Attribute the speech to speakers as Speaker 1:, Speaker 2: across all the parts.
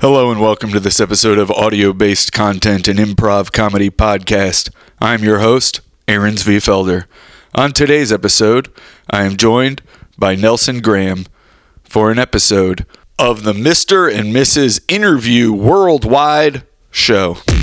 Speaker 1: Hello and welcome to this episode of Audio Based Content and Improv Comedy Podcast. I'm your host, Aaron Zvefelder. On today's episode, I am joined by Nelson Graham for an episode of the Mr. and Mrs. Interview Worldwide show.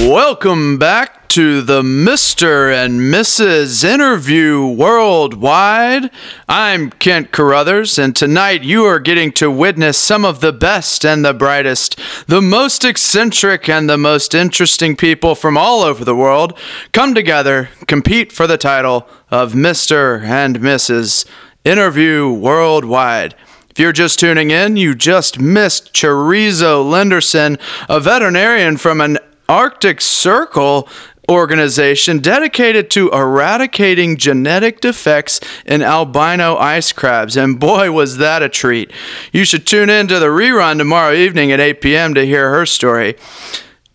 Speaker 2: Welcome back to the Mr. and Mrs. Interview Worldwide. I'm Kent Carruthers, and tonight you are getting to witness some of the best and the brightest, the most eccentric and the most interesting people from all over the world come together, compete for the title of Mr. and Mrs. Interview Worldwide. If you're just tuning in, you just missed Chorizo Lenderson, a veterinarian from an Arctic Circle organization dedicated to eradicating genetic defects in albino ice crabs. And boy, was that a treat. You should tune in to the rerun tomorrow evening at 8 p.m. to hear her story.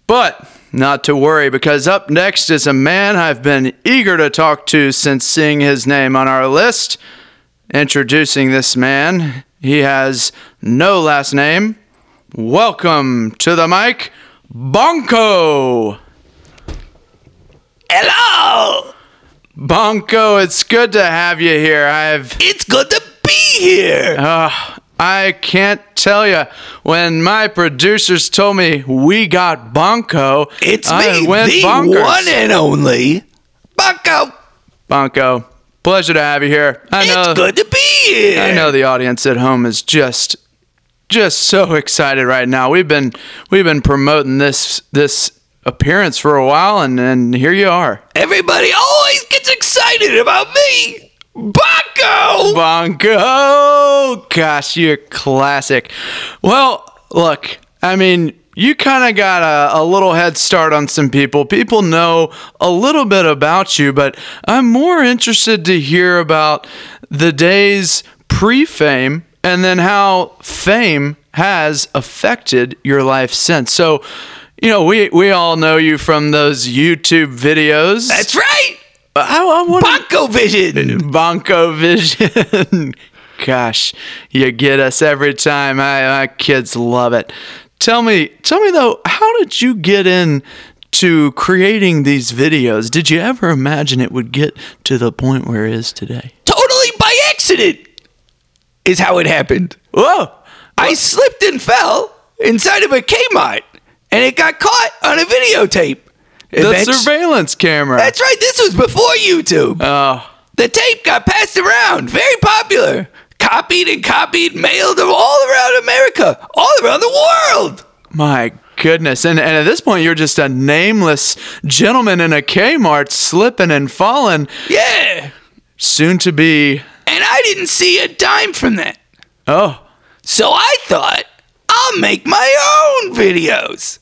Speaker 2: But not to worry, because up next is a man I've been eager to talk to since seeing his name on our list. Introducing this man, he has no last name. Welcome to the mic, Bonko!
Speaker 3: Hello!
Speaker 2: Bonko, it's good to have you here. I've
Speaker 3: It's good to be here!
Speaker 2: uh, I can't tell you when my producers told me we got Bonko.
Speaker 3: it's
Speaker 2: I
Speaker 3: me,
Speaker 2: went
Speaker 3: the
Speaker 2: bonkers.
Speaker 3: one and only Bucko!
Speaker 2: Bonko, pleasure to have you here. I know.
Speaker 3: It's good to be here!
Speaker 2: I know the audience at home is just just so excited right now. We've been we've been promoting this this appearance for a while and and here you are.
Speaker 3: Everybody always gets excited about me! Bucko!
Speaker 2: Bongo! Gosh, you're classic. Well, look, I mean, you kind of got a, a little head start on some people. People know a little bit about you, but I'm more interested to hear about the days pre fame and then how fame has affected your life since. So, you know, we, we all know you from those YouTube videos.
Speaker 3: That's right!
Speaker 2: I, I wanna-
Speaker 3: Bucko Vision!
Speaker 2: Bonko Vision. Gosh, you get us every time. I, my kids love it. Tell me, tell me though, how did you get in to creating these videos? Did you ever imagine it would get to the point where it is today?
Speaker 3: Totally by accident! Is how it happened.
Speaker 2: Whoa!
Speaker 3: I slipped and fell inside of a Kmart, and it got caught on a videotape.
Speaker 2: The
Speaker 3: Eventu-
Speaker 2: surveillance camera.
Speaker 3: That's right, this was before YouTube.
Speaker 2: Oh,
Speaker 3: The tape got passed around, very popular. Copied and copied, mailed them all around America, all around the world.
Speaker 2: my goodness. And, and at this point, you're just a nameless gentleman in a Kmart slipping and falling,
Speaker 3: Yeah.
Speaker 2: soon to be.
Speaker 3: And I didn't see a dime from that.
Speaker 2: Oh,
Speaker 3: So I thought, I'll make my own videos.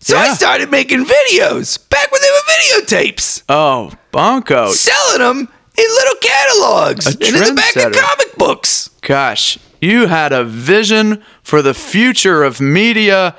Speaker 3: So I
Speaker 2: Yeah.
Speaker 3: started making videos back when they were videotapes,
Speaker 2: oh, Bonko.
Speaker 3: selling them in little catalogs
Speaker 2: A
Speaker 3: and in the back of
Speaker 2: trendsetter.
Speaker 3: comic books.
Speaker 2: Gosh, you had a vision for the future of media.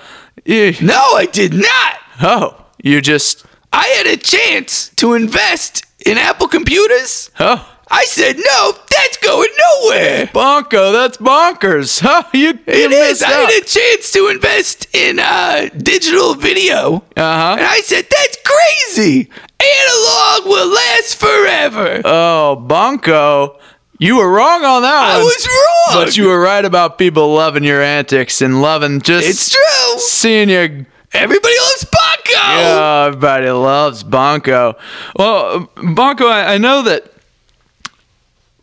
Speaker 2: Eh,
Speaker 3: No, I did not.
Speaker 2: Oh, you just.
Speaker 3: I had a chance to invest in Apple computers.
Speaker 2: Oh,
Speaker 3: I said, no, that's going nowhere.
Speaker 2: Bonko, that's bonkers. Huh? You, you
Speaker 3: It is.
Speaker 2: missed
Speaker 3: I
Speaker 2: out.
Speaker 3: had a chance to invest in uh, digital video.
Speaker 2: Uh
Speaker 3: And
Speaker 2: huh.
Speaker 3: I said, that's crazy. Analog will last forever.
Speaker 2: Oh, Bonko, you were wrong on that
Speaker 3: I
Speaker 2: one.
Speaker 3: was wrong.
Speaker 2: But you were right about people loving your antics and loving just
Speaker 3: it's true.
Speaker 2: seeing your
Speaker 3: Everybody loves Paco.
Speaker 2: Yeah, everybody loves Bonko. Well, Bonko, I, I know that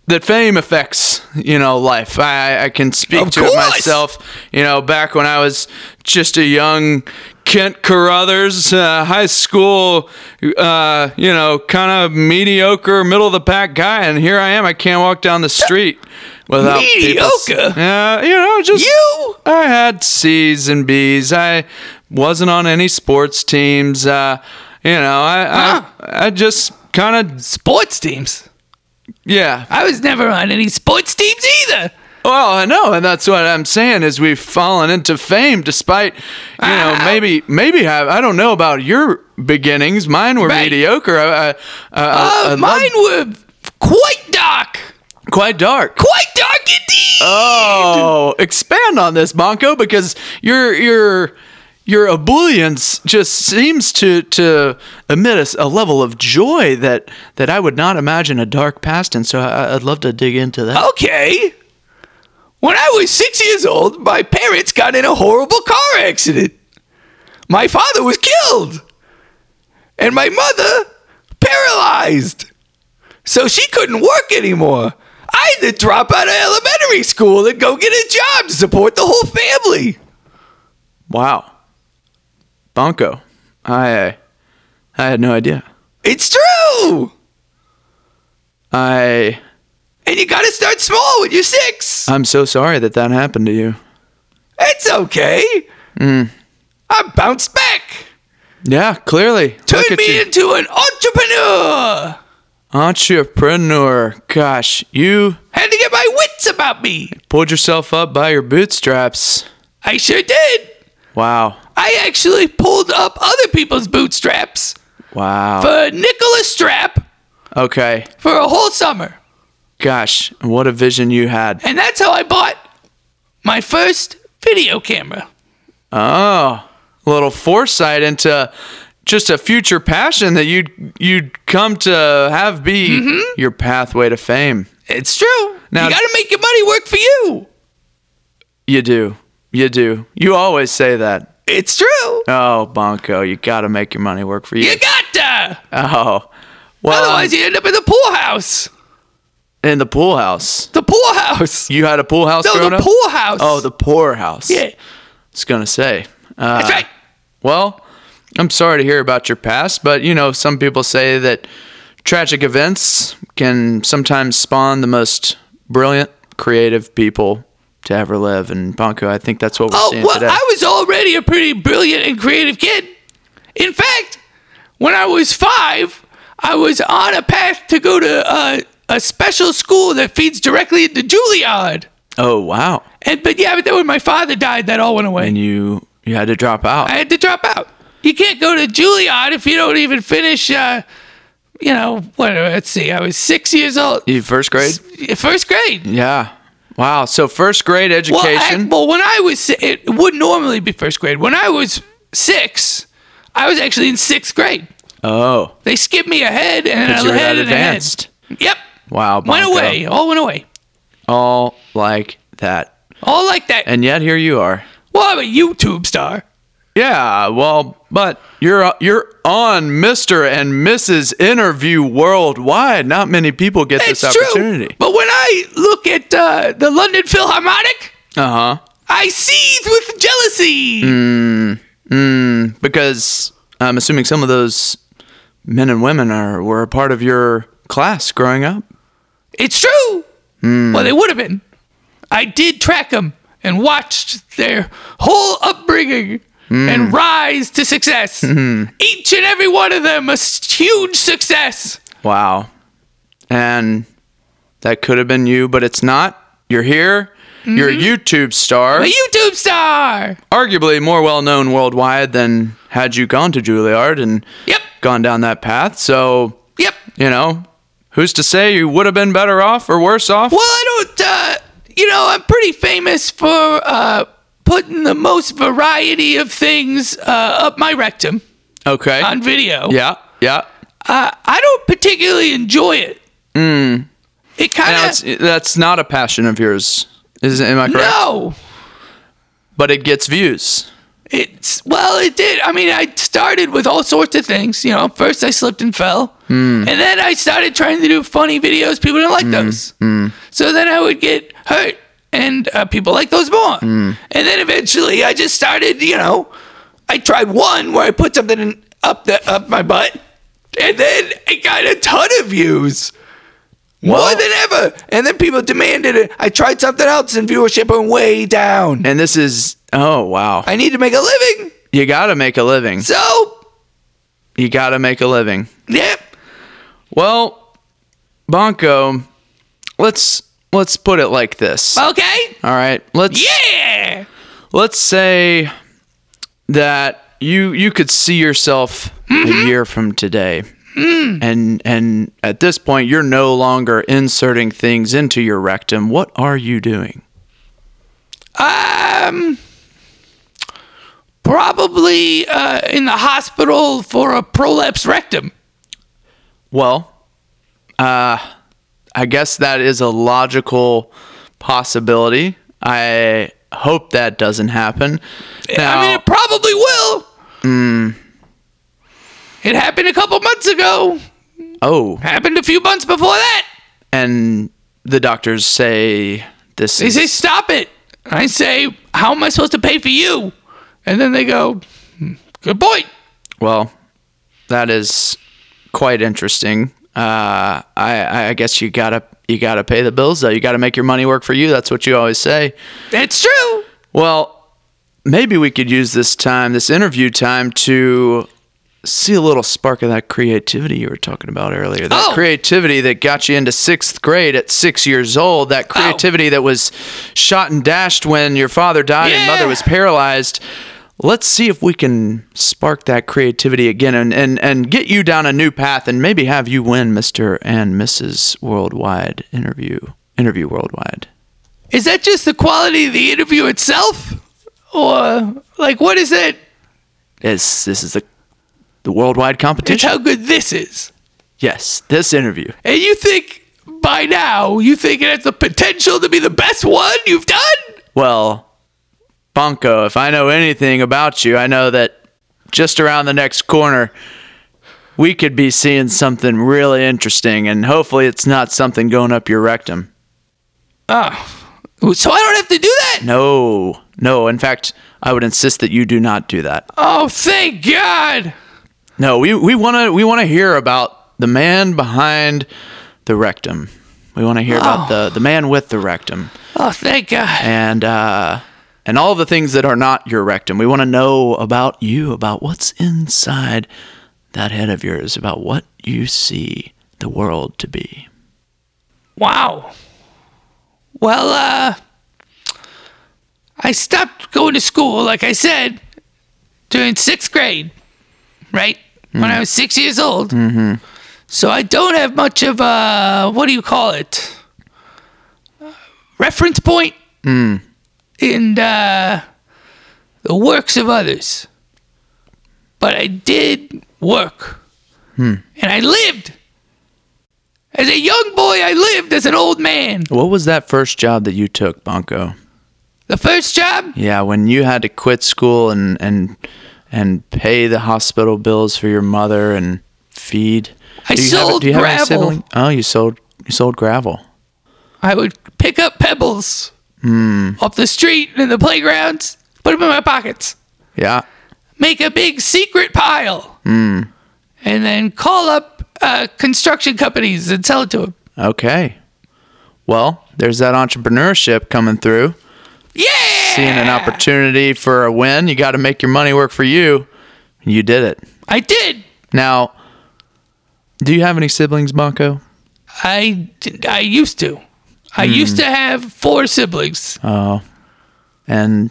Speaker 2: that fame affects you know life. I, I can speak
Speaker 3: Of
Speaker 2: to it
Speaker 3: course.
Speaker 2: myself. You know, back when I was just a young Kent Carruthers, uh, high school, uh, you know, kind of mediocre, middle of the pack guy, and here I am. I can't walk down the street without people's-
Speaker 3: Mediocre?
Speaker 2: Yeah, you know, just
Speaker 3: You?
Speaker 2: I had C's and B's. I wasn't on any sports teams. Uh, you know, I I, I just kind of
Speaker 3: Sports teams.
Speaker 2: yeah.
Speaker 3: I was never on any sports teams either.
Speaker 2: Well, I know, and that's what I'm saying is we've fallen into fame despite you know
Speaker 3: Ah.
Speaker 2: maybe maybe have I don't know about your beginnings. Mine were uh,
Speaker 3: Right.
Speaker 2: mediocre. I, I, I, I-
Speaker 3: Uh,
Speaker 2: I loved-
Speaker 3: mine were quite dark.
Speaker 2: Quite dark.
Speaker 3: Quite dark indeed.
Speaker 2: Oh, expand on this, Bonko, because your your your ebullience just seems to to emit a s- a, level of joy that that I would not imagine a dark past, and so I, I'd love to dig into
Speaker 3: Oh.
Speaker 2: that.
Speaker 3: Okay. When I was six years old, my parents got in a horrible car accident. My father was killed, and my mother paralyzed. So she couldn't work anymore. I had to drop out of elementary school and go get a job to support the whole family.
Speaker 2: Wow, Bonko, I I had no idea.
Speaker 3: It's true.
Speaker 2: I
Speaker 3: And you gotta start small when you're six.
Speaker 2: I'm so sorry that that happened to you.
Speaker 3: It's okay. I bounced back.
Speaker 2: Yeah, clearly.
Speaker 3: Turned
Speaker 2: Look at
Speaker 3: me
Speaker 2: you.
Speaker 3: into an entrepreneur.
Speaker 2: entrepreneur. Gosh, you
Speaker 3: Had to get my wits about me.
Speaker 2: pulled yourself up by your bootstraps.
Speaker 3: I sure did.
Speaker 2: Wow.
Speaker 3: I actually pulled up other people's bootstraps
Speaker 2: Wow.
Speaker 3: for Nicholas Strap
Speaker 2: Okay.
Speaker 3: for a whole summer.
Speaker 2: Gosh, what a vision you had.
Speaker 3: And that's how I bought my first video camera.
Speaker 2: Oh, little foresight into just a future passion that you'd you'd come to have be
Speaker 3: Mm-hmm.
Speaker 2: your pathway to fame.
Speaker 3: It's true.
Speaker 2: Now-
Speaker 3: you gotta make your money work for you.
Speaker 2: You do. You do. You always say that.
Speaker 3: It's true.
Speaker 2: Oh, Bonko, you got to make your money work for you.
Speaker 3: You gotta.
Speaker 2: oh. Well,
Speaker 3: Otherwise, you end up in the poorhouse.
Speaker 2: in the pool house.
Speaker 3: The poorhouse.
Speaker 2: You had a pool house
Speaker 3: No,
Speaker 2: growing
Speaker 3: the
Speaker 2: up?
Speaker 3: poorhouse.
Speaker 2: Oh, the poor house.
Speaker 3: Yeah.
Speaker 2: It's going to say. Uh,
Speaker 3: That's right.
Speaker 2: Well, I'm sorry to hear about your past, but you know, some people say that tragic events can sometimes spawn the most brilliant, creative people to ever live. And Bonko, I think that's what we're
Speaker 3: Oh,
Speaker 2: seeing
Speaker 3: well,
Speaker 2: today.
Speaker 3: I was already a pretty brilliant and creative kid. In fact, when I was five, I was on a path to go to uh, a special school that feeds directly into Juilliard.
Speaker 2: oh, wow.
Speaker 3: And but yeah, but then when my father died, that all went away.
Speaker 2: And you you had to drop out.
Speaker 3: I had to drop out. You can't go to Juilliard if you don't even finish. Uh, you know, what? Let's see. I was six years old,
Speaker 2: you first grade?
Speaker 3: first grade.
Speaker 2: Yeah. Wow. So first grade
Speaker 3: Well, I-
Speaker 2: education.
Speaker 3: well, when I was, si- it would normally be first grade. When I was six, I was actually in sixth grade.
Speaker 2: oh.
Speaker 3: They skipped me ahead and
Speaker 2: But
Speaker 3: then
Speaker 2: you were
Speaker 3: a head
Speaker 2: that
Speaker 3: and a head.
Speaker 2: advanced.
Speaker 3: Yep.
Speaker 2: Wow. Bonko.
Speaker 3: Went away. All went away.
Speaker 2: All like that.
Speaker 3: All like that.
Speaker 2: And yet here you are.
Speaker 3: well, I'm a YouTube star.
Speaker 2: Yeah, well, but you're uh, you're on Mr. and Mrs. Interview worldwide. Not many people get
Speaker 3: It's
Speaker 2: this
Speaker 3: true.
Speaker 2: opportunity.
Speaker 3: But when I look at uh, the London Philharmonic, Uh-huh.
Speaker 2: Uh huh.
Speaker 3: I seethe with jealousy.
Speaker 2: Because I'm assuming some of those men and women are were a part of your class growing up.
Speaker 3: It's true. Well, they would have been. I did track them and watched their whole upbringing and rise to success. Each and every one of them a s- huge success.
Speaker 2: Wow. And that could have been you, but it's not. You're here. You're
Speaker 3: Mm-hmm.
Speaker 2: a YouTube star,
Speaker 3: A YouTube star.
Speaker 2: arguably more well known worldwide than had you gone to Juilliard and
Speaker 3: Yep.
Speaker 2: gone down that path. So
Speaker 3: Yep.
Speaker 2: you know, who's to say you would have been better off or worse off?
Speaker 3: Well, I don't. Uh, you know, I'm pretty famous for uh, putting the most variety of things uh, up my rectum
Speaker 2: Okay.
Speaker 3: on video.
Speaker 2: yeah, yeah.
Speaker 3: Uh, I don't particularly enjoy it. It
Speaker 2: And
Speaker 3: kind
Speaker 2: that's
Speaker 3: of.
Speaker 2: that's not a passion of yours, is am I correct?
Speaker 3: No.
Speaker 2: But it gets views.
Speaker 3: It's well, it did. I mean, I started with all sorts of things. You know, first I slipped and fell, and then I started trying to do funny videos. People didn't like those, so then I would get hurt, and uh, people like those more. And then eventually, I just started. You know, I tried one where I put something in, up the up my butt, and then it got a ton of views. More
Speaker 2: Well-
Speaker 3: than ever, and then people demanded it. I tried something else, and viewership went way down.
Speaker 2: And this is oh wow.
Speaker 3: I need to make a living,
Speaker 2: You gotta make a living.
Speaker 3: so
Speaker 2: You gotta make a living.
Speaker 3: Yep.
Speaker 2: Well, Bonko, let's let's put it like this. All
Speaker 3: Okay.
Speaker 2: right. Let's
Speaker 3: Yeah.
Speaker 2: let's say
Speaker 3: Mm-hmm.
Speaker 2: that you you could see yourself a year from today
Speaker 3: Mm.
Speaker 2: And and at this point, you're no longer inserting things into your rectum. What are you doing?
Speaker 3: Um, probably uh, in the hospital for a prolapse rectum.
Speaker 2: Well, uh, I guess that is a logical possibility. I hope that doesn't happen. Now,
Speaker 3: I mean, it probably will. Hmm. It happened a couple months ago.
Speaker 2: oh,
Speaker 3: Happened a few months before that.
Speaker 2: and the doctors say this
Speaker 3: They
Speaker 2: is
Speaker 3: say, "Stop it." I say, "How am I supposed to pay for you?" And then they go, "Hmm, "Good point."
Speaker 2: Well, that is quite interesting. Uh, I, I guess you gotta you gotta pay the bills though. You gotta make your money work for you. That's what you always say.
Speaker 3: That's true.
Speaker 2: Well, maybe we could use this time, this interview time, to see a little spark of that creativity you were talking about earlier. That
Speaker 3: Oh.
Speaker 2: creativity that got you into sixth grade at six years old.
Speaker 3: Oh!
Speaker 2: That creativity that was shot and dashed when your father died and mother
Speaker 3: Yeah.
Speaker 2: was paralyzed. Let's see if we can spark that creativity again and, and, and get you down a new path and maybe have you win Mr. and Mrs. Worldwide interview. Interview Worldwide.
Speaker 3: Is that just the quality of the interview itself, or like what is it?
Speaker 2: It's, this is the the worldwide competition.
Speaker 3: It's how good this is.
Speaker 2: Yes, this interview.
Speaker 3: And you think by now you think it has the potential to be the best one you've done?
Speaker 2: Well, Bonko, if I know anything about you, I know that just around the next corner, we could be seeing something really interesting, and hopefully it's not something going up your rectum.
Speaker 3: So I don't have to do that.
Speaker 2: No, no. In fact, I would insist that you do not do that.
Speaker 3: Oh, thank God!
Speaker 2: No, we, we wanna we wanna hear about the man behind the rectum. We wanna hear about the, the man with the rectum.
Speaker 3: Oh, thank God!
Speaker 2: and uh, and all of the things that are not your rectum. We want to know about you, about what's inside that head of yours, about what you see the world to be.
Speaker 3: Wow. Well, uh, I stopped going to school, like I said, during sixth grade, right? When I was six years old. Mm-hmm. So I don't have much of a, what do you call it? Reference point in uh, the works of others. But I did work. And I lived. As a young boy, I lived as an old man.
Speaker 2: What was that first job that you took, Bonko?
Speaker 3: The first job,
Speaker 2: Yeah, when you had to quit school and and and pay the hospital bills for your mother and feed.
Speaker 3: I sold gravel.
Speaker 2: sibling- oh, you sold you sold gravel.
Speaker 3: I would pick up pebbles off the street and in the playgrounds, put them in my pockets,
Speaker 2: Yeah.
Speaker 3: make a big secret pile, and then call up uh, construction companies and sell it to them.
Speaker 2: Okay. Well, there's that entrepreneurship coming through.
Speaker 3: Yeah!
Speaker 2: seeing an opportunity for a win. You got to make your money work for you. You did it.
Speaker 3: I did.
Speaker 2: Now, do you have any siblings, Bonko?
Speaker 3: I, did- I used to. I used to have four siblings.
Speaker 2: And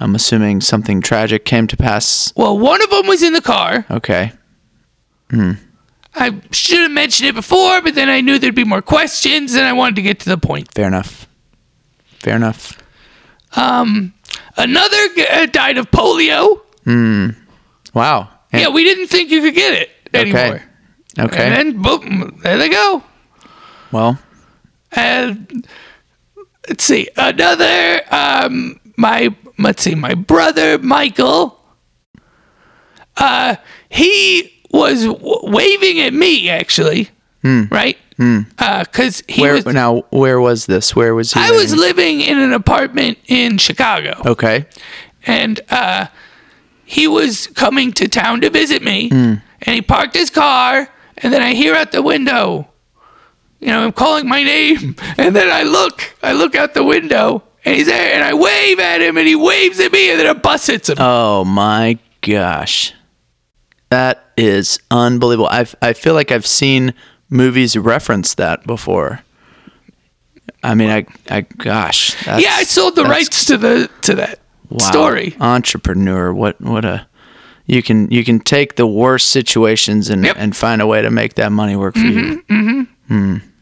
Speaker 2: I'm assuming something tragic came to pass.
Speaker 3: Well, one of them was in the car.
Speaker 2: Okay.
Speaker 3: I should have mentioned it before, but then I knew there'd be more questions and I wanted to get to the point.
Speaker 2: Fair enough. Fair enough.
Speaker 3: Another g- uh, died of polio.
Speaker 2: Wow. And-
Speaker 3: yeah, we didn't think you could get it anymore.
Speaker 2: Okay. Okay.
Speaker 3: And then, boom, there they go.
Speaker 2: well,
Speaker 3: And let's see, another, um, my, let's see, my brother, Michael, uh, he was w- waving at me, actually, right? Because he
Speaker 2: Hmm. where
Speaker 3: was,
Speaker 2: now? Where was this? Where was he?
Speaker 3: I was
Speaker 2: living?
Speaker 3: living in an apartment in Chicago.
Speaker 2: okay.
Speaker 3: and uh, he was coming to town to visit me,
Speaker 2: Hmm.
Speaker 3: and he parked his car, and then I hear out the window, you know, him calling my name, and then I look, I look out the window, and he's there, and I wave at him, and he waves at me, and then a bus hits him.
Speaker 2: Oh my gosh. That is unbelievable. I I feel like I've seen movies reference that before. I mean, I I gosh. That's,
Speaker 3: yeah, I sold the
Speaker 2: that's-
Speaker 3: rights to the to that
Speaker 2: wow.
Speaker 3: story.
Speaker 2: Entrepreneur. What what a you can you can take the worst situations and
Speaker 3: Yep. Mm-hmm.
Speaker 2: and find a way to make that money work for you.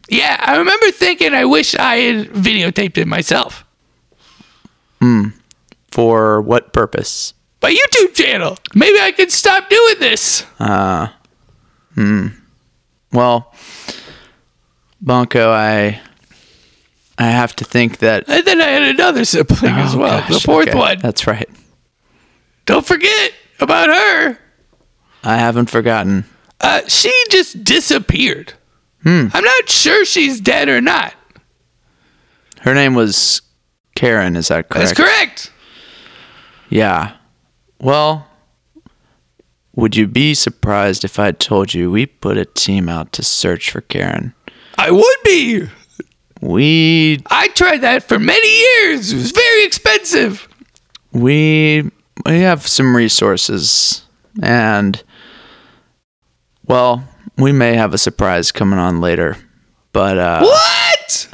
Speaker 3: Yeah, I remember thinking I wish I had videotaped it myself.
Speaker 2: For what purpose?
Speaker 3: My YouTube channel. Maybe I could stop doing this.
Speaker 2: Well, Bonko, I I have to think that
Speaker 3: And then I had another sibling as
Speaker 2: Oh,
Speaker 3: well. the
Speaker 2: gosh,
Speaker 3: fourth
Speaker 2: okay,
Speaker 3: one.
Speaker 2: That's right.
Speaker 3: Don't forget about her.
Speaker 2: I haven't forgotten.
Speaker 3: Uh, she just disappeared.
Speaker 2: Hmm.
Speaker 3: I'm not sure she's dead or not.
Speaker 2: Her name was Karen. Is that correct?
Speaker 3: That's correct.
Speaker 2: Yeah. Well, would you be surprised if I told you we put a team out to search for Karen?
Speaker 3: I would be.
Speaker 2: We
Speaker 3: I tried that for many years. It was very expensive.
Speaker 2: we we have some resources and well, we may have a surprise coming on later. But uh
Speaker 3: What?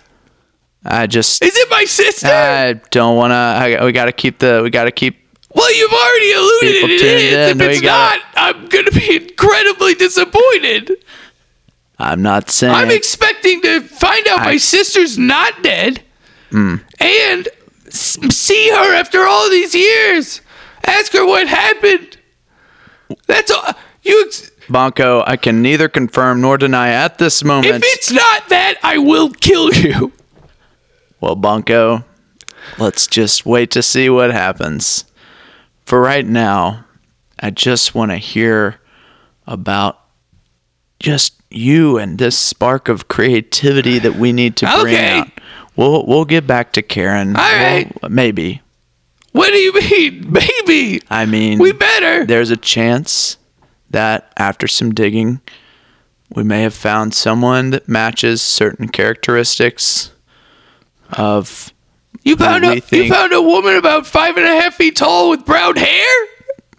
Speaker 2: I just
Speaker 3: Is it my sister?
Speaker 2: I don't want to I we got to keep the we got to keep
Speaker 3: well, you've already alluded
Speaker 2: People
Speaker 3: it
Speaker 2: tuned
Speaker 3: is.
Speaker 2: in,
Speaker 3: If
Speaker 2: we
Speaker 3: it's
Speaker 2: got
Speaker 3: not, I'm going to be incredibly disappointed.
Speaker 2: I'm not saying
Speaker 3: I'm expecting to find out my sister's not dead
Speaker 2: Mm.
Speaker 3: and s- see her after all these years. Ask her what happened. That's all. You. Ex-
Speaker 2: Bonko, I can neither confirm nor deny at this
Speaker 3: if
Speaker 2: moment.
Speaker 3: it's not that, I will kill you.
Speaker 2: Well, Bonko, let's just wait to see what happens. For right now, I just want to hear about just you and this spark of creativity that we need to bring
Speaker 3: Okay.
Speaker 2: out. We'll we'll get back to Karen.
Speaker 3: All
Speaker 2: We'll-
Speaker 3: right.
Speaker 2: maybe.
Speaker 3: What do you mean, baby?
Speaker 2: I mean,
Speaker 3: We better.
Speaker 2: there's a chance that after some digging, we may have found someone that matches certain characteristics of
Speaker 3: You found
Speaker 2: we
Speaker 3: a you
Speaker 2: think-
Speaker 3: found a woman about five and a half feet tall with brown hair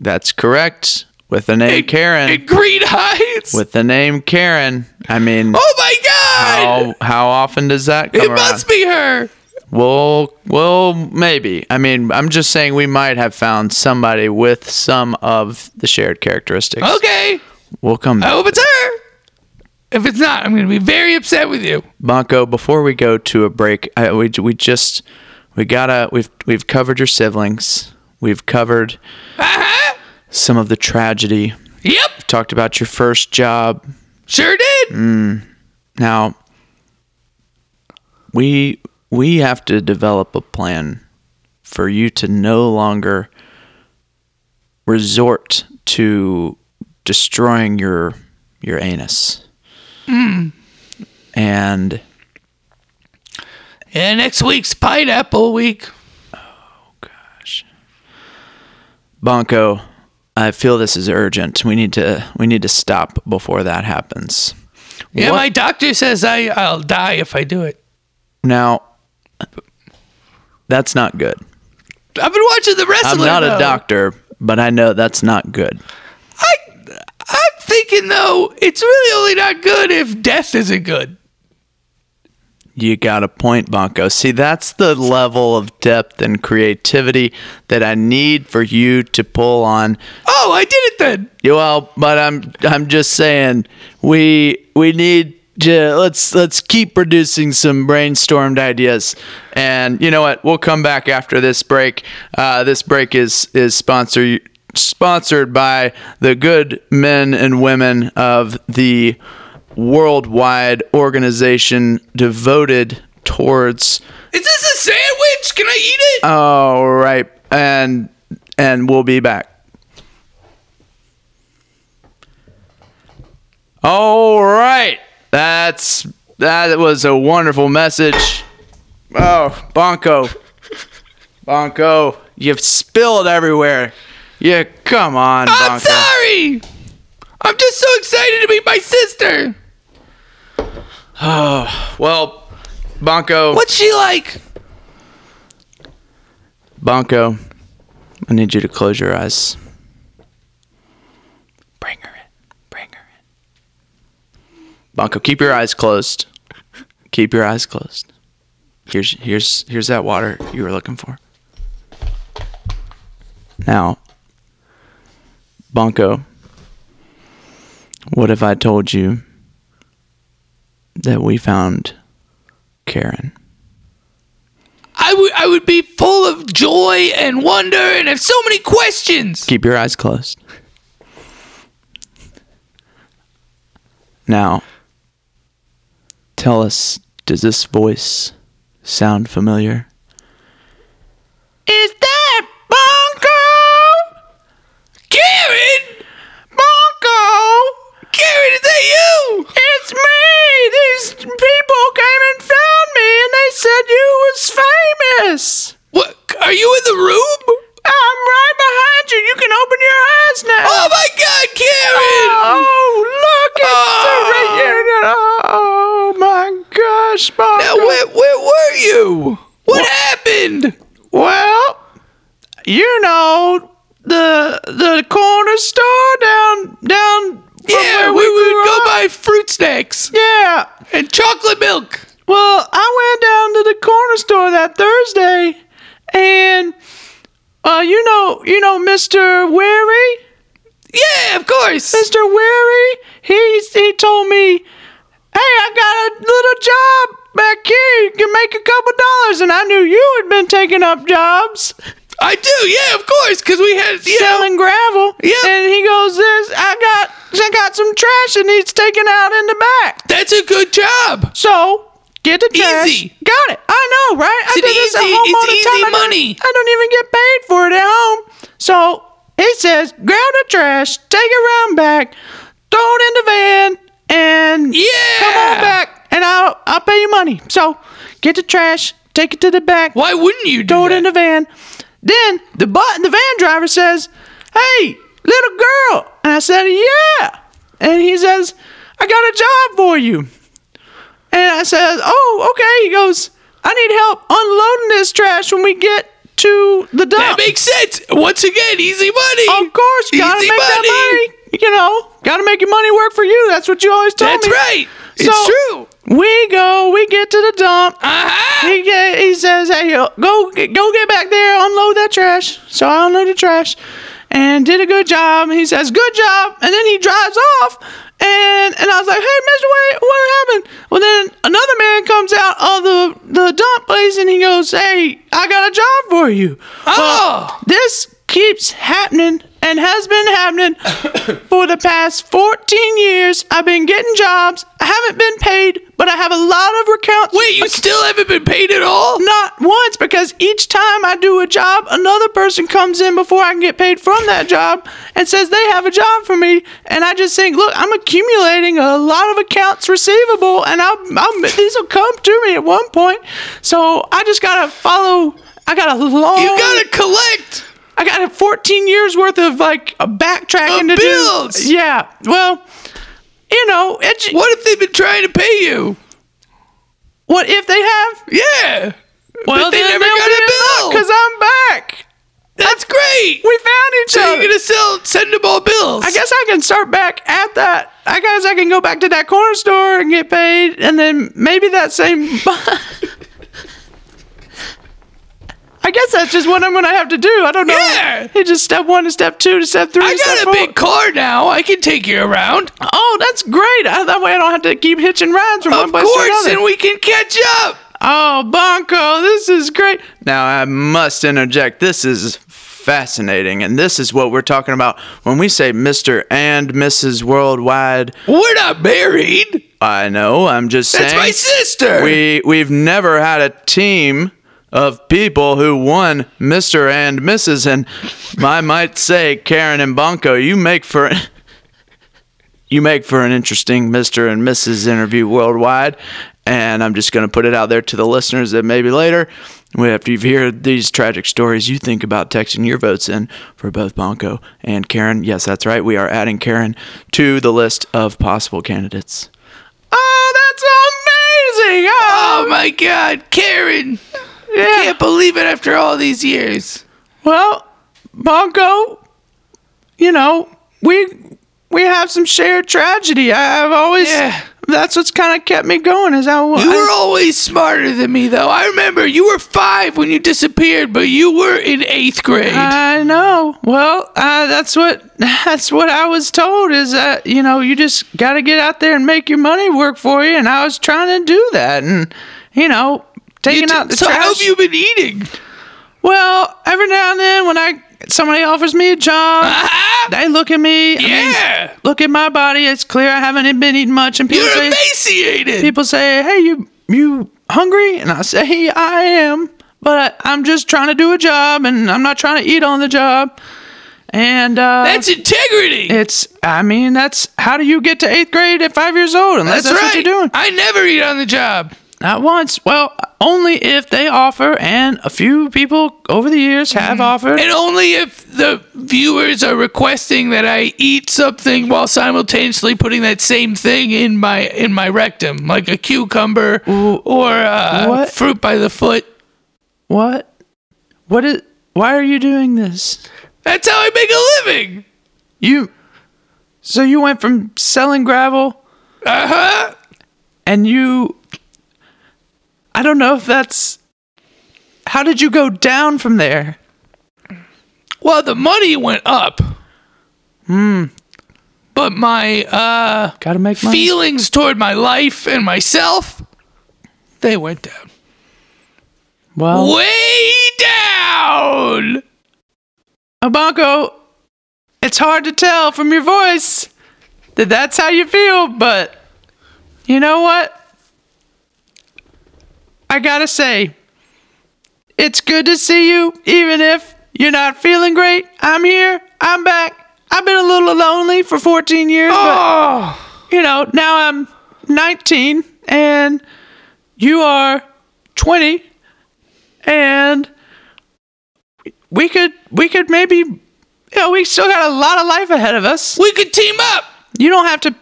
Speaker 2: That's correct. With the name Karen.
Speaker 3: and green eyes.
Speaker 2: with the name Karen. I mean,
Speaker 3: oh my god!
Speaker 2: how how often does that come
Speaker 3: it
Speaker 2: around?
Speaker 3: must be her.
Speaker 2: Well, well, maybe. I mean, I'm just saying we might have found somebody with some of the shared characteristics.
Speaker 3: Okay,
Speaker 2: We'll come
Speaker 3: I
Speaker 2: back.
Speaker 3: hope it's her. If it's not, I'm gonna be very upset with you.
Speaker 2: Bonko, before we go to a break, I, we we just we gotta we've we've covered your siblings. We've covered
Speaker 3: Uh-huh.
Speaker 2: some of the tragedy.
Speaker 3: Yep,
Speaker 2: Talked about your first job.
Speaker 3: sure did.
Speaker 2: Mm. Now, we we have to develop a plan for you to no longer resort to destroying your your anus. And
Speaker 3: And next week's pineapple week.
Speaker 2: Bonko, I feel this is urgent. We need to we need to stop before that happens.
Speaker 3: Yeah,
Speaker 2: What-
Speaker 3: my doctor says I I'll die if I do it.
Speaker 2: now that's not good.
Speaker 3: I've been watching the
Speaker 2: I'm
Speaker 3: wrestling.
Speaker 2: not a
Speaker 3: though.
Speaker 2: doctor, but I know that's not good.
Speaker 3: I I'm thinking though, it's really only not good if death isn't good.
Speaker 2: You got a point, Bonko. See, that's the level of depth and creativity that I need for you to pull on.
Speaker 3: Oh, I did it then.
Speaker 2: Well, but I'm I'm just saying we we need to let's let's keep producing some brainstormed ideas. And you know what? We'll come back after this break. Uh, this break is is sponsored sponsored by the good men and women of the worldwide organization devoted towards
Speaker 3: Is this a sandwich? Can I eat it?
Speaker 2: all right and and we'll be back all right that's that was a wonderful message oh bonko bonko you've spilled everywhere yeah come on
Speaker 3: I'm
Speaker 2: bonko
Speaker 3: sorry. I'm just so excited to meet my sister.
Speaker 2: well bonko
Speaker 3: What's she like?
Speaker 2: bonko i need you to close your eyes bring her in bring her in Bonko, keep your eyes closed. Keep your eyes closed. Here's here's here's that water you were looking for. Now, Bonko, what if I told you that we found Karen?
Speaker 3: I would I would be full of joy and wonder and have so many questions.
Speaker 2: Keep your eyes closed. Now, tell us, does this voice sound familiar?
Speaker 3: Is that Bonko? Karen? Bonko? Karen, is that you? It's me! These people came and found me and they said you was famous! What? Are you in the room? I'm right behind you. You can open your eyes now. Oh my god, Karen! Oh, look,
Speaker 2: Oh my gosh,
Speaker 3: Now, where, where were you? What happened?
Speaker 2: Well, you know the the corner store down down. from
Speaker 3: Yeah,
Speaker 2: where
Speaker 3: we, would go
Speaker 2: grew up.
Speaker 3: buy fruit snacks
Speaker 2: Yeah.
Speaker 3: and chocolate milk.
Speaker 2: Well, I went down to the corner store that Thursday, and uh, you know, you know, Mister Weary.
Speaker 3: Yeah, of course.
Speaker 2: Mr. Weary, he, he told me, hey, I got a little job back here. You can make a couple dollars. And I knew you had been taking up jobs
Speaker 3: I do. Yeah, of course, because we had you know.
Speaker 2: selling gravel.
Speaker 3: Yep.
Speaker 2: And he goes, this, I got, I got some trash that needs taken out in the back.
Speaker 3: That's a good job.
Speaker 2: So get the trash.
Speaker 3: Easy.
Speaker 2: Got it. I know, right? I
Speaker 3: It's
Speaker 2: do this at
Speaker 3: easy-
Speaker 2: home
Speaker 3: it's
Speaker 2: all the
Speaker 3: easy
Speaker 2: time. I don't-
Speaker 3: money.
Speaker 2: I don't even get paid for it at home. So he says, grab the trash, take it around back, throw it in the van, and
Speaker 3: Yeah.
Speaker 2: come on back, and I'll I'll pay you money. So get the trash, take it to the back,
Speaker 3: Why wouldn't you do
Speaker 2: throw
Speaker 3: that?
Speaker 2: it in the van. Then the bu- the van driver says, "Hey, little girl," and I said, "Yeah," and he says, "I got a job for you." And I says, "Oh, okay." He goes, "I need help unloading this trash when we get to the dump."
Speaker 3: that makes sense. Once again, easy money.
Speaker 2: of course, you gotta
Speaker 3: Easy
Speaker 2: make that
Speaker 3: money.
Speaker 2: money. You know, gotta make your money work for you. That's what you always tell
Speaker 3: That's
Speaker 2: me.
Speaker 3: right.
Speaker 2: So-
Speaker 3: it's true.
Speaker 2: We go, we get to the dump.
Speaker 3: Uh-huh.
Speaker 2: He, get, he says, "Hey, yo, go get- go get back there, unload that trash." So I unloaded trash, and did a good job. He says, "Good job," and then he drives off. And and I was like, "Hey, Mister Wade, what happened?" Well, then another man comes out of the the dump place, and he goes, "Hey, I got a job for you."
Speaker 3: Oh.
Speaker 2: this keeps happening and has been happening for the past 14 years. I've been getting jobs. I haven't been paid, but I have a lot of accounts.
Speaker 3: Wait, you still haven't been paid at all?
Speaker 2: Not once, because each time I do a job, another person comes in before I can get paid from that job and says they have a job for me. And I just think, look, I'm accumulating a lot of accounts receivable, and I'll, I'll, these will come to me at one point. So I just gotta follow. I got a long.
Speaker 3: You gotta collect.
Speaker 2: I got a 14 years worth of like a backtracking to
Speaker 3: Of bills.
Speaker 2: do. Yeah. Well, you know, it, j-
Speaker 3: What if they've been trying to pay you?
Speaker 2: what if they have?
Speaker 3: Yeah.
Speaker 2: Well,
Speaker 3: but they
Speaker 2: then
Speaker 3: never
Speaker 2: they'll
Speaker 3: got
Speaker 2: be
Speaker 3: a
Speaker 2: in luck,
Speaker 3: bill.
Speaker 2: Cause I'm back.
Speaker 3: That's great.
Speaker 2: We found each
Speaker 3: So
Speaker 2: other.
Speaker 3: you're gonna sell, send them all bills.
Speaker 2: I guess I can start back at that. I guess I can go back to that corner store and get paid, and then maybe that same. I guess that's just what I'm gonna have to do. I don't know.
Speaker 3: Yeah.
Speaker 2: It's just step one to step two to step three.
Speaker 3: I
Speaker 2: to step
Speaker 3: got a
Speaker 2: four.
Speaker 3: big car now. I can take you around.
Speaker 2: Oh, that's great. I, that way I don't have to keep hitching rides from one
Speaker 3: Of
Speaker 2: place
Speaker 3: course,
Speaker 2: to another.
Speaker 3: and we can catch up.
Speaker 2: oh, Bonko, this is great. Now, I must interject. This is fascinating, and this is what we're talking about when we say Mr. and Mrs. Worldwide.
Speaker 3: We're not married.
Speaker 2: I know, I'm just
Speaker 3: That's
Speaker 2: saying.
Speaker 3: my sister.
Speaker 2: We, we've never had a team of people who won Mr. and Mrs. And I might say, Karen and Bonko, you make for. you make for an interesting Mr. and Mrs. interview worldwide. And I'm just going to put it out there to the listeners that maybe later, after you've heard these tragic stories, you think about texting your votes in for both Bonko and Karen. Yes, that's right. We are adding Karen to the list of possible candidates. Oh, that's amazing!
Speaker 3: oh
Speaker 2: Oh,
Speaker 3: my God, Karen!
Speaker 2: yeah.
Speaker 3: Can't believe it after all these years.
Speaker 2: Well, Bonko, you know, we we have some shared tragedy. I, I've always
Speaker 3: Yeah.
Speaker 2: that's what's kind of kept me going. Is how
Speaker 3: You were always smarter than me, though. I remember you were five when you disappeared, but you were in eighth grade.
Speaker 2: I know. Well, uh, that's what that's what I was told. Is that you know you just got to get out there and make your money work for you. And I was trying to do that, and you know
Speaker 3: You
Speaker 2: taking
Speaker 3: t-
Speaker 2: out the
Speaker 3: so
Speaker 2: trash.
Speaker 3: how have you been eating?
Speaker 2: well, every now and then when I somebody offers me a job, they look at me. I mean,
Speaker 3: Uh, Yeah.
Speaker 2: look at my body. It's clear I haven't been eating much, and people
Speaker 3: You're
Speaker 2: say
Speaker 3: emaciated.
Speaker 2: people say, "Hey, you you hungry?" And I say, "I am, but I'm just trying to do a job, and I'm not trying to eat on the job." And uh,
Speaker 3: That's integrity.
Speaker 2: it's. I mean, that's how do you get to eighth grade at five years old? Unless
Speaker 3: That's,
Speaker 2: that's,
Speaker 3: right.
Speaker 2: what you're doing.
Speaker 3: I never eat on the job.
Speaker 2: Not once. Well, only if they offer, and a few people over the years have
Speaker 3: Mm-hmm.
Speaker 2: offered.
Speaker 3: And only if the viewers are requesting that I eat something while simultaneously putting that same thing in my in my rectum, like a cucumber or uh,
Speaker 2: what?
Speaker 3: fruit by the foot.
Speaker 2: what? What is? Why are you doing this?
Speaker 3: That's how I make a living.
Speaker 2: You. So you went from selling gravel
Speaker 3: Uh huh.
Speaker 2: and you I don't know if that's how did you go down from there?
Speaker 3: Well, the money went up.
Speaker 2: Hmm.
Speaker 3: Hmm. But my uh,
Speaker 2: Got to make money.
Speaker 3: feelings toward my life and myself, they went down.
Speaker 2: well,
Speaker 3: Way down.
Speaker 2: Obonko, Oh, it's hard to tell from your voice that that's how you feel, but you know what? I got to say it's good to see you even if you're not feeling great. I'm here. I'm back. I've been a little lonely for 14 years, but
Speaker 3: Oh,
Speaker 2: you know, now I'm 19 and you are 20 and we could we could maybe you know, we still got a lot of life ahead of us.
Speaker 3: we could team up.
Speaker 2: You don't have to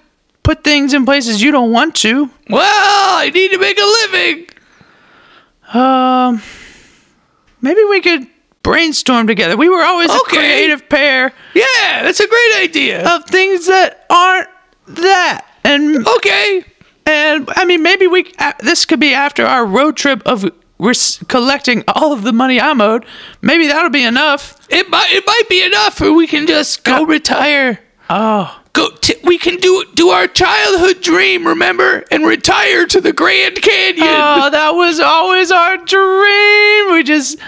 Speaker 2: put things in places you don't want to.
Speaker 3: Well, I need to make a living.
Speaker 2: Um maybe we could brainstorm together. We were always
Speaker 3: Okay.
Speaker 2: a creative pair
Speaker 3: Yeah, that's a great idea.
Speaker 2: of things that aren't that. And
Speaker 3: Okay.
Speaker 2: And I mean, maybe we uh, this could be after our road trip of res- collecting all of the money I'm owed. Maybe that'll be enough.
Speaker 3: It might it might be enough, or we can just go retire.
Speaker 2: Oh,
Speaker 3: Go. T- we can do do our childhood dream. Remember, and retire to the Grand Canyon.
Speaker 2: oh, that was always our dream. We just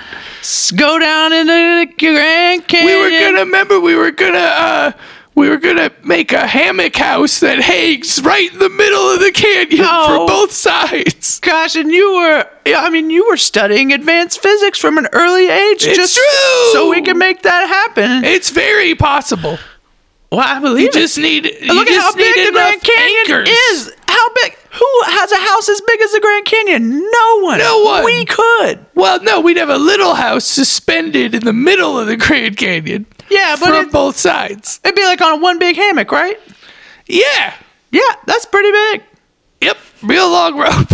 Speaker 2: s- go down into the Grand
Speaker 3: we
Speaker 2: Canyon.
Speaker 3: were gonna remember. We were gonna. Uh, we were gonna make a hammock house that hangs right in the middle of the canyon
Speaker 2: Oh.
Speaker 3: for both sides.
Speaker 2: Gosh, and you were, yeah, I mean, you were studying advanced physics from an early age.
Speaker 3: It's
Speaker 2: just
Speaker 3: true.
Speaker 2: So we can make that happen.
Speaker 3: It's very possible.
Speaker 2: well, I believe
Speaker 3: You
Speaker 2: it.
Speaker 3: just need. You
Speaker 2: Look at
Speaker 3: just
Speaker 2: how big
Speaker 3: need
Speaker 2: the
Speaker 3: enough
Speaker 2: Grand Canyon
Speaker 3: anchors.
Speaker 2: is. How big? Who has a house as big as the Grand Canyon? No one.
Speaker 3: No one.
Speaker 2: We could.
Speaker 3: Well, no, we'd have a little house suspended in the middle of the Grand Canyon
Speaker 2: Yeah, but
Speaker 3: from
Speaker 2: it,
Speaker 3: both sides.
Speaker 2: would be like on one big hammock, right?
Speaker 3: Yeah.
Speaker 2: Yeah, that's pretty big.
Speaker 3: Yep. Real long rope.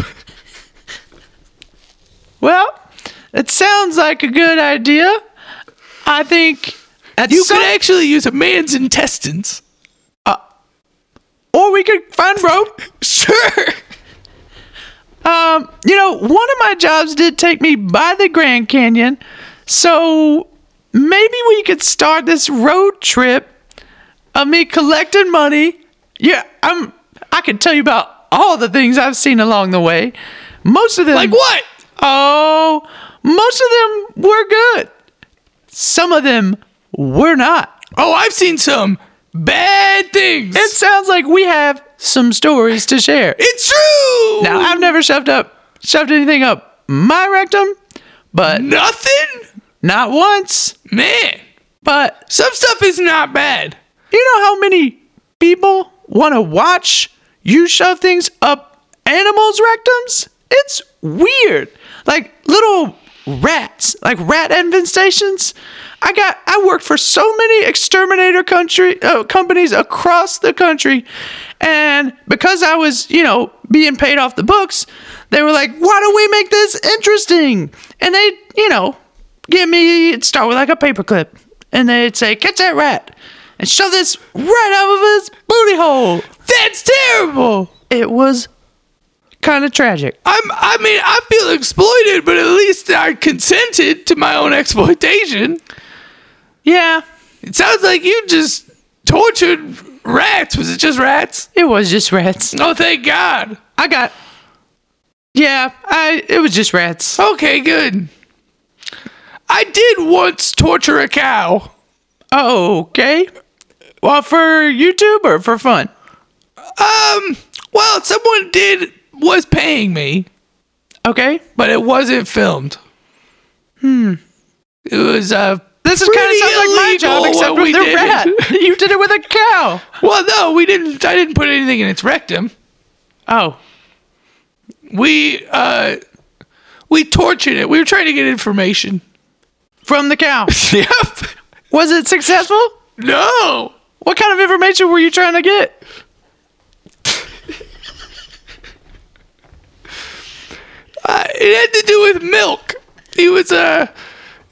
Speaker 2: Well, it sounds like a good idea. I think at
Speaker 3: You
Speaker 2: some,
Speaker 3: could actually use a man's intestines.
Speaker 2: or we could find rope.
Speaker 3: Sure.
Speaker 2: Um, you know, one of my jobs did take me by the Grand Canyon, so maybe we could start this road trip of me collecting money. Yeah, I'm. I can tell you about all the things I've seen along the way. Most of them,
Speaker 3: Like what?
Speaker 2: Oh, most of them were good. Some of them were not.
Speaker 3: Oh, I've seen some bad things.
Speaker 2: It sounds like we have some stories to share.
Speaker 3: It's true.
Speaker 2: Now, I've never shoved up, shoved anything up my rectum, but
Speaker 3: nothing.
Speaker 2: Not once,
Speaker 3: Man,
Speaker 2: but
Speaker 3: some stuff is not bad.
Speaker 2: you know how many people want to watch you shove things up animals' rectums? It's weird. Like little rats, like rat infestations. I got I worked for so many exterminator country uh, companies across the country and because I was, you know, being paid off the books, they were like, "Why don't we make this interesting?" And they, you know, give me it'd start with like a paperclip, and they'd say, "Catch that rat," and shove this right out of his booty hole.
Speaker 3: That's terrible.
Speaker 2: it was kind of tragic.
Speaker 3: I'm, I mean, I feel exploited, but at least I consented to my own exploitation.
Speaker 2: Yeah,
Speaker 3: It sounds like you just tortured rats. Was it just rats?
Speaker 2: it was just rats.
Speaker 3: Oh, thank God.
Speaker 2: I got. Yeah, I it was just rats.
Speaker 3: Okay, good. I did once torture a cow.
Speaker 2: Oh, Okay. Well, for YouTube or for fun?
Speaker 3: Um, well, someone did, was paying me,
Speaker 2: Okay.
Speaker 3: but it wasn't filmed. Hmm. It was, uh,
Speaker 2: This is kind of
Speaker 3: Pretty
Speaker 2: sounds like my
Speaker 3: illegal
Speaker 2: job,
Speaker 3: what
Speaker 2: except with
Speaker 3: we
Speaker 2: the
Speaker 3: did.
Speaker 2: rat. You did it with a cow.
Speaker 3: well, no, we didn't, I didn't put anything in its rectum.
Speaker 2: Oh,
Speaker 3: We, uh, we tortured it. We were trying to get information.
Speaker 2: from the cow.
Speaker 3: yep.
Speaker 2: Was it successful?
Speaker 3: No.
Speaker 2: What kind of information were you trying to get?
Speaker 3: Uh, it had to do with milk. He was a,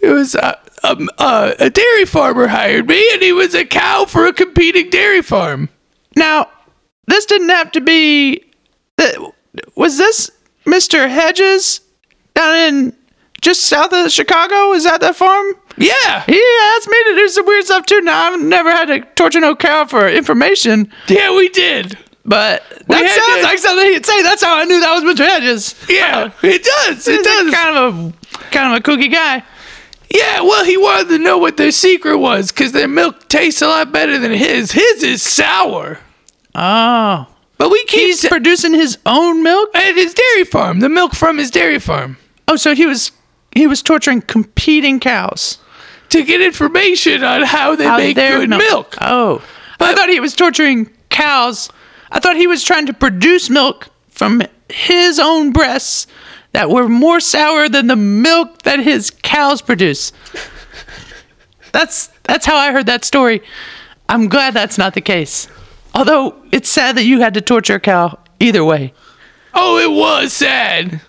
Speaker 3: it was a, a, a, a dairy farmer hired me, and he was a cow for a competing dairy farm.
Speaker 2: Now, this didn't have to be. th- Was this Mr. Hedges down in just south of Chicago? Is that that farm?
Speaker 3: Yeah,
Speaker 2: He asked me to do some weird stuff too. Now I've never had to torture no cow for information,
Speaker 3: yeah, we did.
Speaker 2: but
Speaker 3: had
Speaker 2: that sounds
Speaker 3: to-
Speaker 2: like something he'd say. That's how I knew that was Mr. Hedges.
Speaker 3: Yeah, it does. It
Speaker 2: He's
Speaker 3: does.
Speaker 2: kind of Uh, a kind of a kooky guy.
Speaker 3: Yeah, well, he wanted to know what their secret was because their milk tastes a lot better than his. His is sour.
Speaker 2: Oh,
Speaker 3: But we keep
Speaker 2: he's producing his own milk.
Speaker 3: at his dairy farm, the milk from his dairy farm,
Speaker 2: Oh, so he was he was torturing competing cows.
Speaker 3: to get information on how they
Speaker 2: How
Speaker 3: make
Speaker 2: their
Speaker 3: good milk.
Speaker 2: Oh, I
Speaker 3: But-
Speaker 2: thought he was torturing cows. I thought he was trying to produce milk from his own breasts that were more sour than the milk that his cows produce. That's that's how I heard that story. I'm glad that's not the case. Although it's sad that you had to torture a cow either way.
Speaker 3: Oh, it was sad.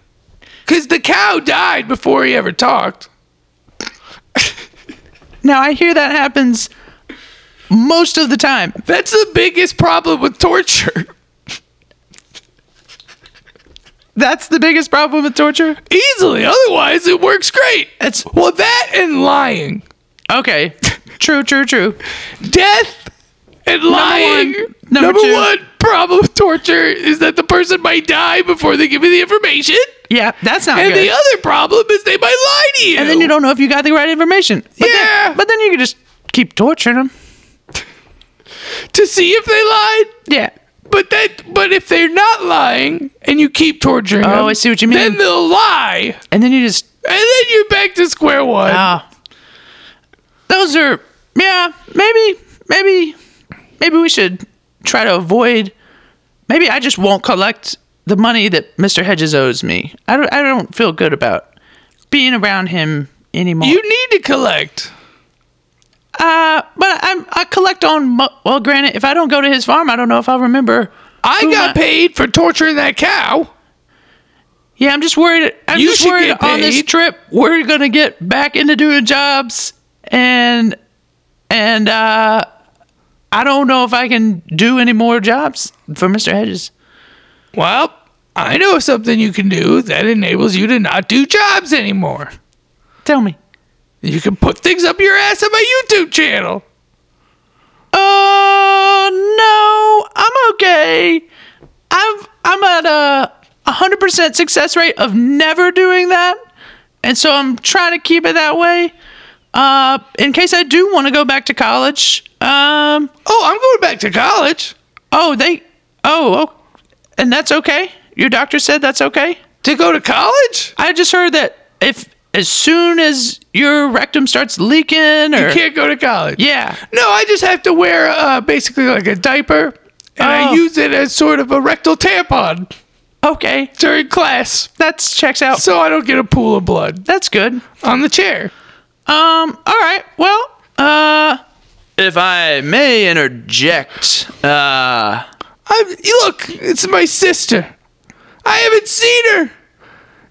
Speaker 3: Because the cow died before he ever talked.
Speaker 2: Now I hear that happens most of the time.
Speaker 3: That's the biggest problem with torture.
Speaker 2: That's the biggest problem with torture.
Speaker 3: Easily. Otherwise, it works great.
Speaker 2: It's
Speaker 3: Well, that and lying.
Speaker 2: okay. True, true, true.
Speaker 3: Death and lying.
Speaker 2: one. Number two.
Speaker 3: one problem with torture is that the person might die before they give you the information.
Speaker 2: Yeah, that's not
Speaker 3: And
Speaker 2: good.
Speaker 3: the other problem is they might lie to you.
Speaker 2: and then you don't know if you got the right information. But
Speaker 3: Yeah.
Speaker 2: Then, but then you can just keep torturing them.
Speaker 3: To see if they lied.
Speaker 2: Yeah.
Speaker 3: But that, but if they're not lying and you keep torturing them,
Speaker 2: Oh, I see what you
Speaker 3: Then
Speaker 2: mean.
Speaker 3: they'll lie.
Speaker 2: And then you just
Speaker 3: And then you're back to square one.
Speaker 2: ah. those are yeah. Maybe maybe maybe we should try to avoid. Maybe I just won't collect the money that Mr. Hedges owes me. I don't. I don't feel good about being around him anymore.
Speaker 3: you need to collect.
Speaker 2: Uh, but I'm, I collect on. Mo- well, granted, if I don't go to his farm, I don't know if I'll remember.
Speaker 3: I
Speaker 2: who
Speaker 3: got
Speaker 2: my-
Speaker 3: paid for torturing that cow.
Speaker 2: Yeah, I'm just worried. I'm
Speaker 3: You
Speaker 2: just
Speaker 3: should
Speaker 2: worried
Speaker 3: get
Speaker 2: on this
Speaker 3: paid.
Speaker 2: trip. We're gonna get back into doing jobs, and and uh, I don't know if I can do any more jobs for Mr. Hedges.
Speaker 3: Well, I know something you can do that enables you to not do jobs anymore.
Speaker 2: Tell me.
Speaker 3: You can put things up your ass on my YouTube channel.
Speaker 2: Oh no, I'm okay. I've I'm at a hundred percent success rate of never doing that, and so I'm trying to keep it that way. Uh, in case I do want to go back to college. Um,
Speaker 3: Oh, I'm going back to college
Speaker 2: oh they, oh, oh, and that's okay. Your doctor said that's okay.
Speaker 3: to go to college.
Speaker 2: I just heard that if as soon as your rectum starts leaking or
Speaker 3: I can't go to college.
Speaker 2: yeah,
Speaker 3: No, I just have to wear uh, basically like a diaper, and I
Speaker 2: Oh.
Speaker 3: use it as sort of a rectal tampon
Speaker 2: okay,
Speaker 3: during class,
Speaker 2: that's checks out.
Speaker 3: so I don't get a pool of blood
Speaker 2: that's good.
Speaker 3: on the chair.
Speaker 2: Um, all right. Well, uh, if I may interject, uh,
Speaker 3: I'm, look, it's my sister. I haven't seen her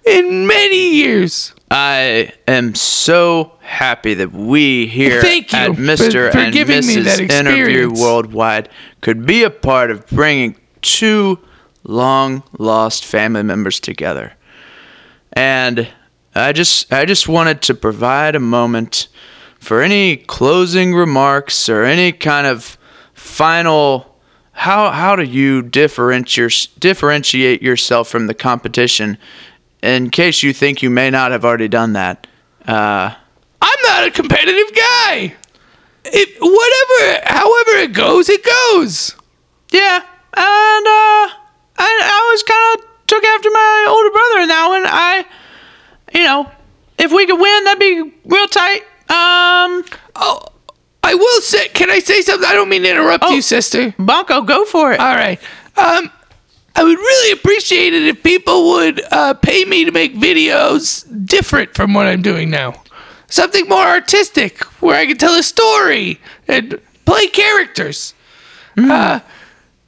Speaker 3: in many years.
Speaker 2: I am so happy that we here
Speaker 3: Thank you
Speaker 2: at
Speaker 3: for-
Speaker 2: Mr.
Speaker 3: for
Speaker 2: and
Speaker 3: giving me that
Speaker 2: Mrs. Interview
Speaker 3: experience.
Speaker 2: Worldwide could be a part of bringing two long lost family members together. And I just I just wanted to provide a moment for any closing remarks or any kind of final how how do you differentiate differentiate yourself from the competition in case you think you may not have already done that. Uh,
Speaker 3: I'm not a competitive guy. It, whatever, however it goes, it goes.
Speaker 2: Yeah, and uh, I, I was kind of took after my older brother in that one. I, you know, if we could win, that'd be real tight. Um,
Speaker 3: Oh, I will say. Can I say something? I don't mean to interrupt you, sister.
Speaker 2: Bonko, go for it.
Speaker 3: All right. Um, I would really appreciate it if people would uh, pay me to make videos different from what I'm doing now. Something more artistic, where I can tell a story and play characters. Uh,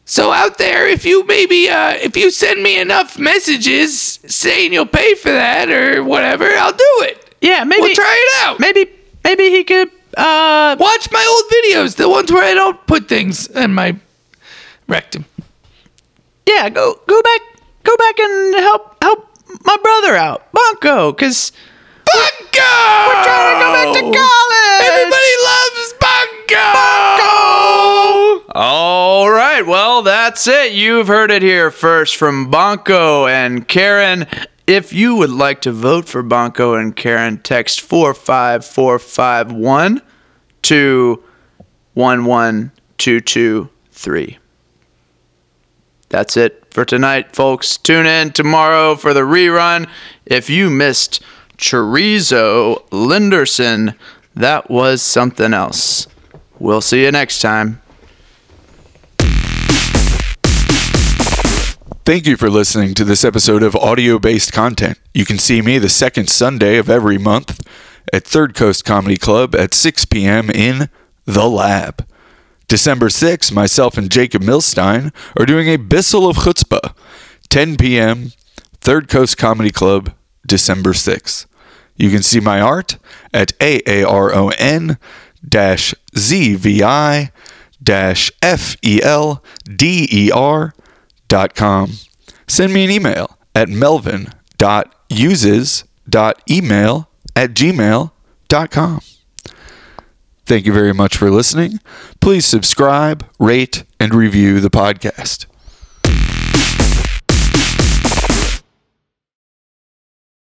Speaker 3: so out there, if you maybe uh, if you send me enough messages saying you'll pay for that or whatever, I'll do it.
Speaker 2: yeah, maybe
Speaker 3: We'll try it out.
Speaker 2: Maybe maybe he could. Uh,
Speaker 3: Watch my old videos, the ones where I don't put things in my rectum.
Speaker 2: yeah, go go back, go back and help help my brother out, Bonko, because
Speaker 3: Bunko! We're
Speaker 2: trying to go back to college.
Speaker 3: Everybody loves Bunko! Bunko!
Speaker 2: All right, well, that's it. You've heard it here first from Bonko and Karen. If you would like to vote for Bonko and Karen, text 45451 to 11223. That's it for tonight, folks. Tune in tomorrow for the rerun. If you missed Chorizo Linderson, that was something else. We'll see you next time.
Speaker 1: Thank you for listening to this episode of audio based content. You can see me the second Sunday of every month at Third Coast Comedy Club at 6 p.m. in The Lab. December 6th, myself and Jacob Milstein are doing a Bissell of Chutzpah, 10 p.m., Third Coast Comedy Club, December 6th. You can see my art at AARON ZVI E FELDER E dot com. Send me an email at melvin.uses.email at gmail dot com. Thank you very much for listening. Please subscribe, rate, and review the podcast.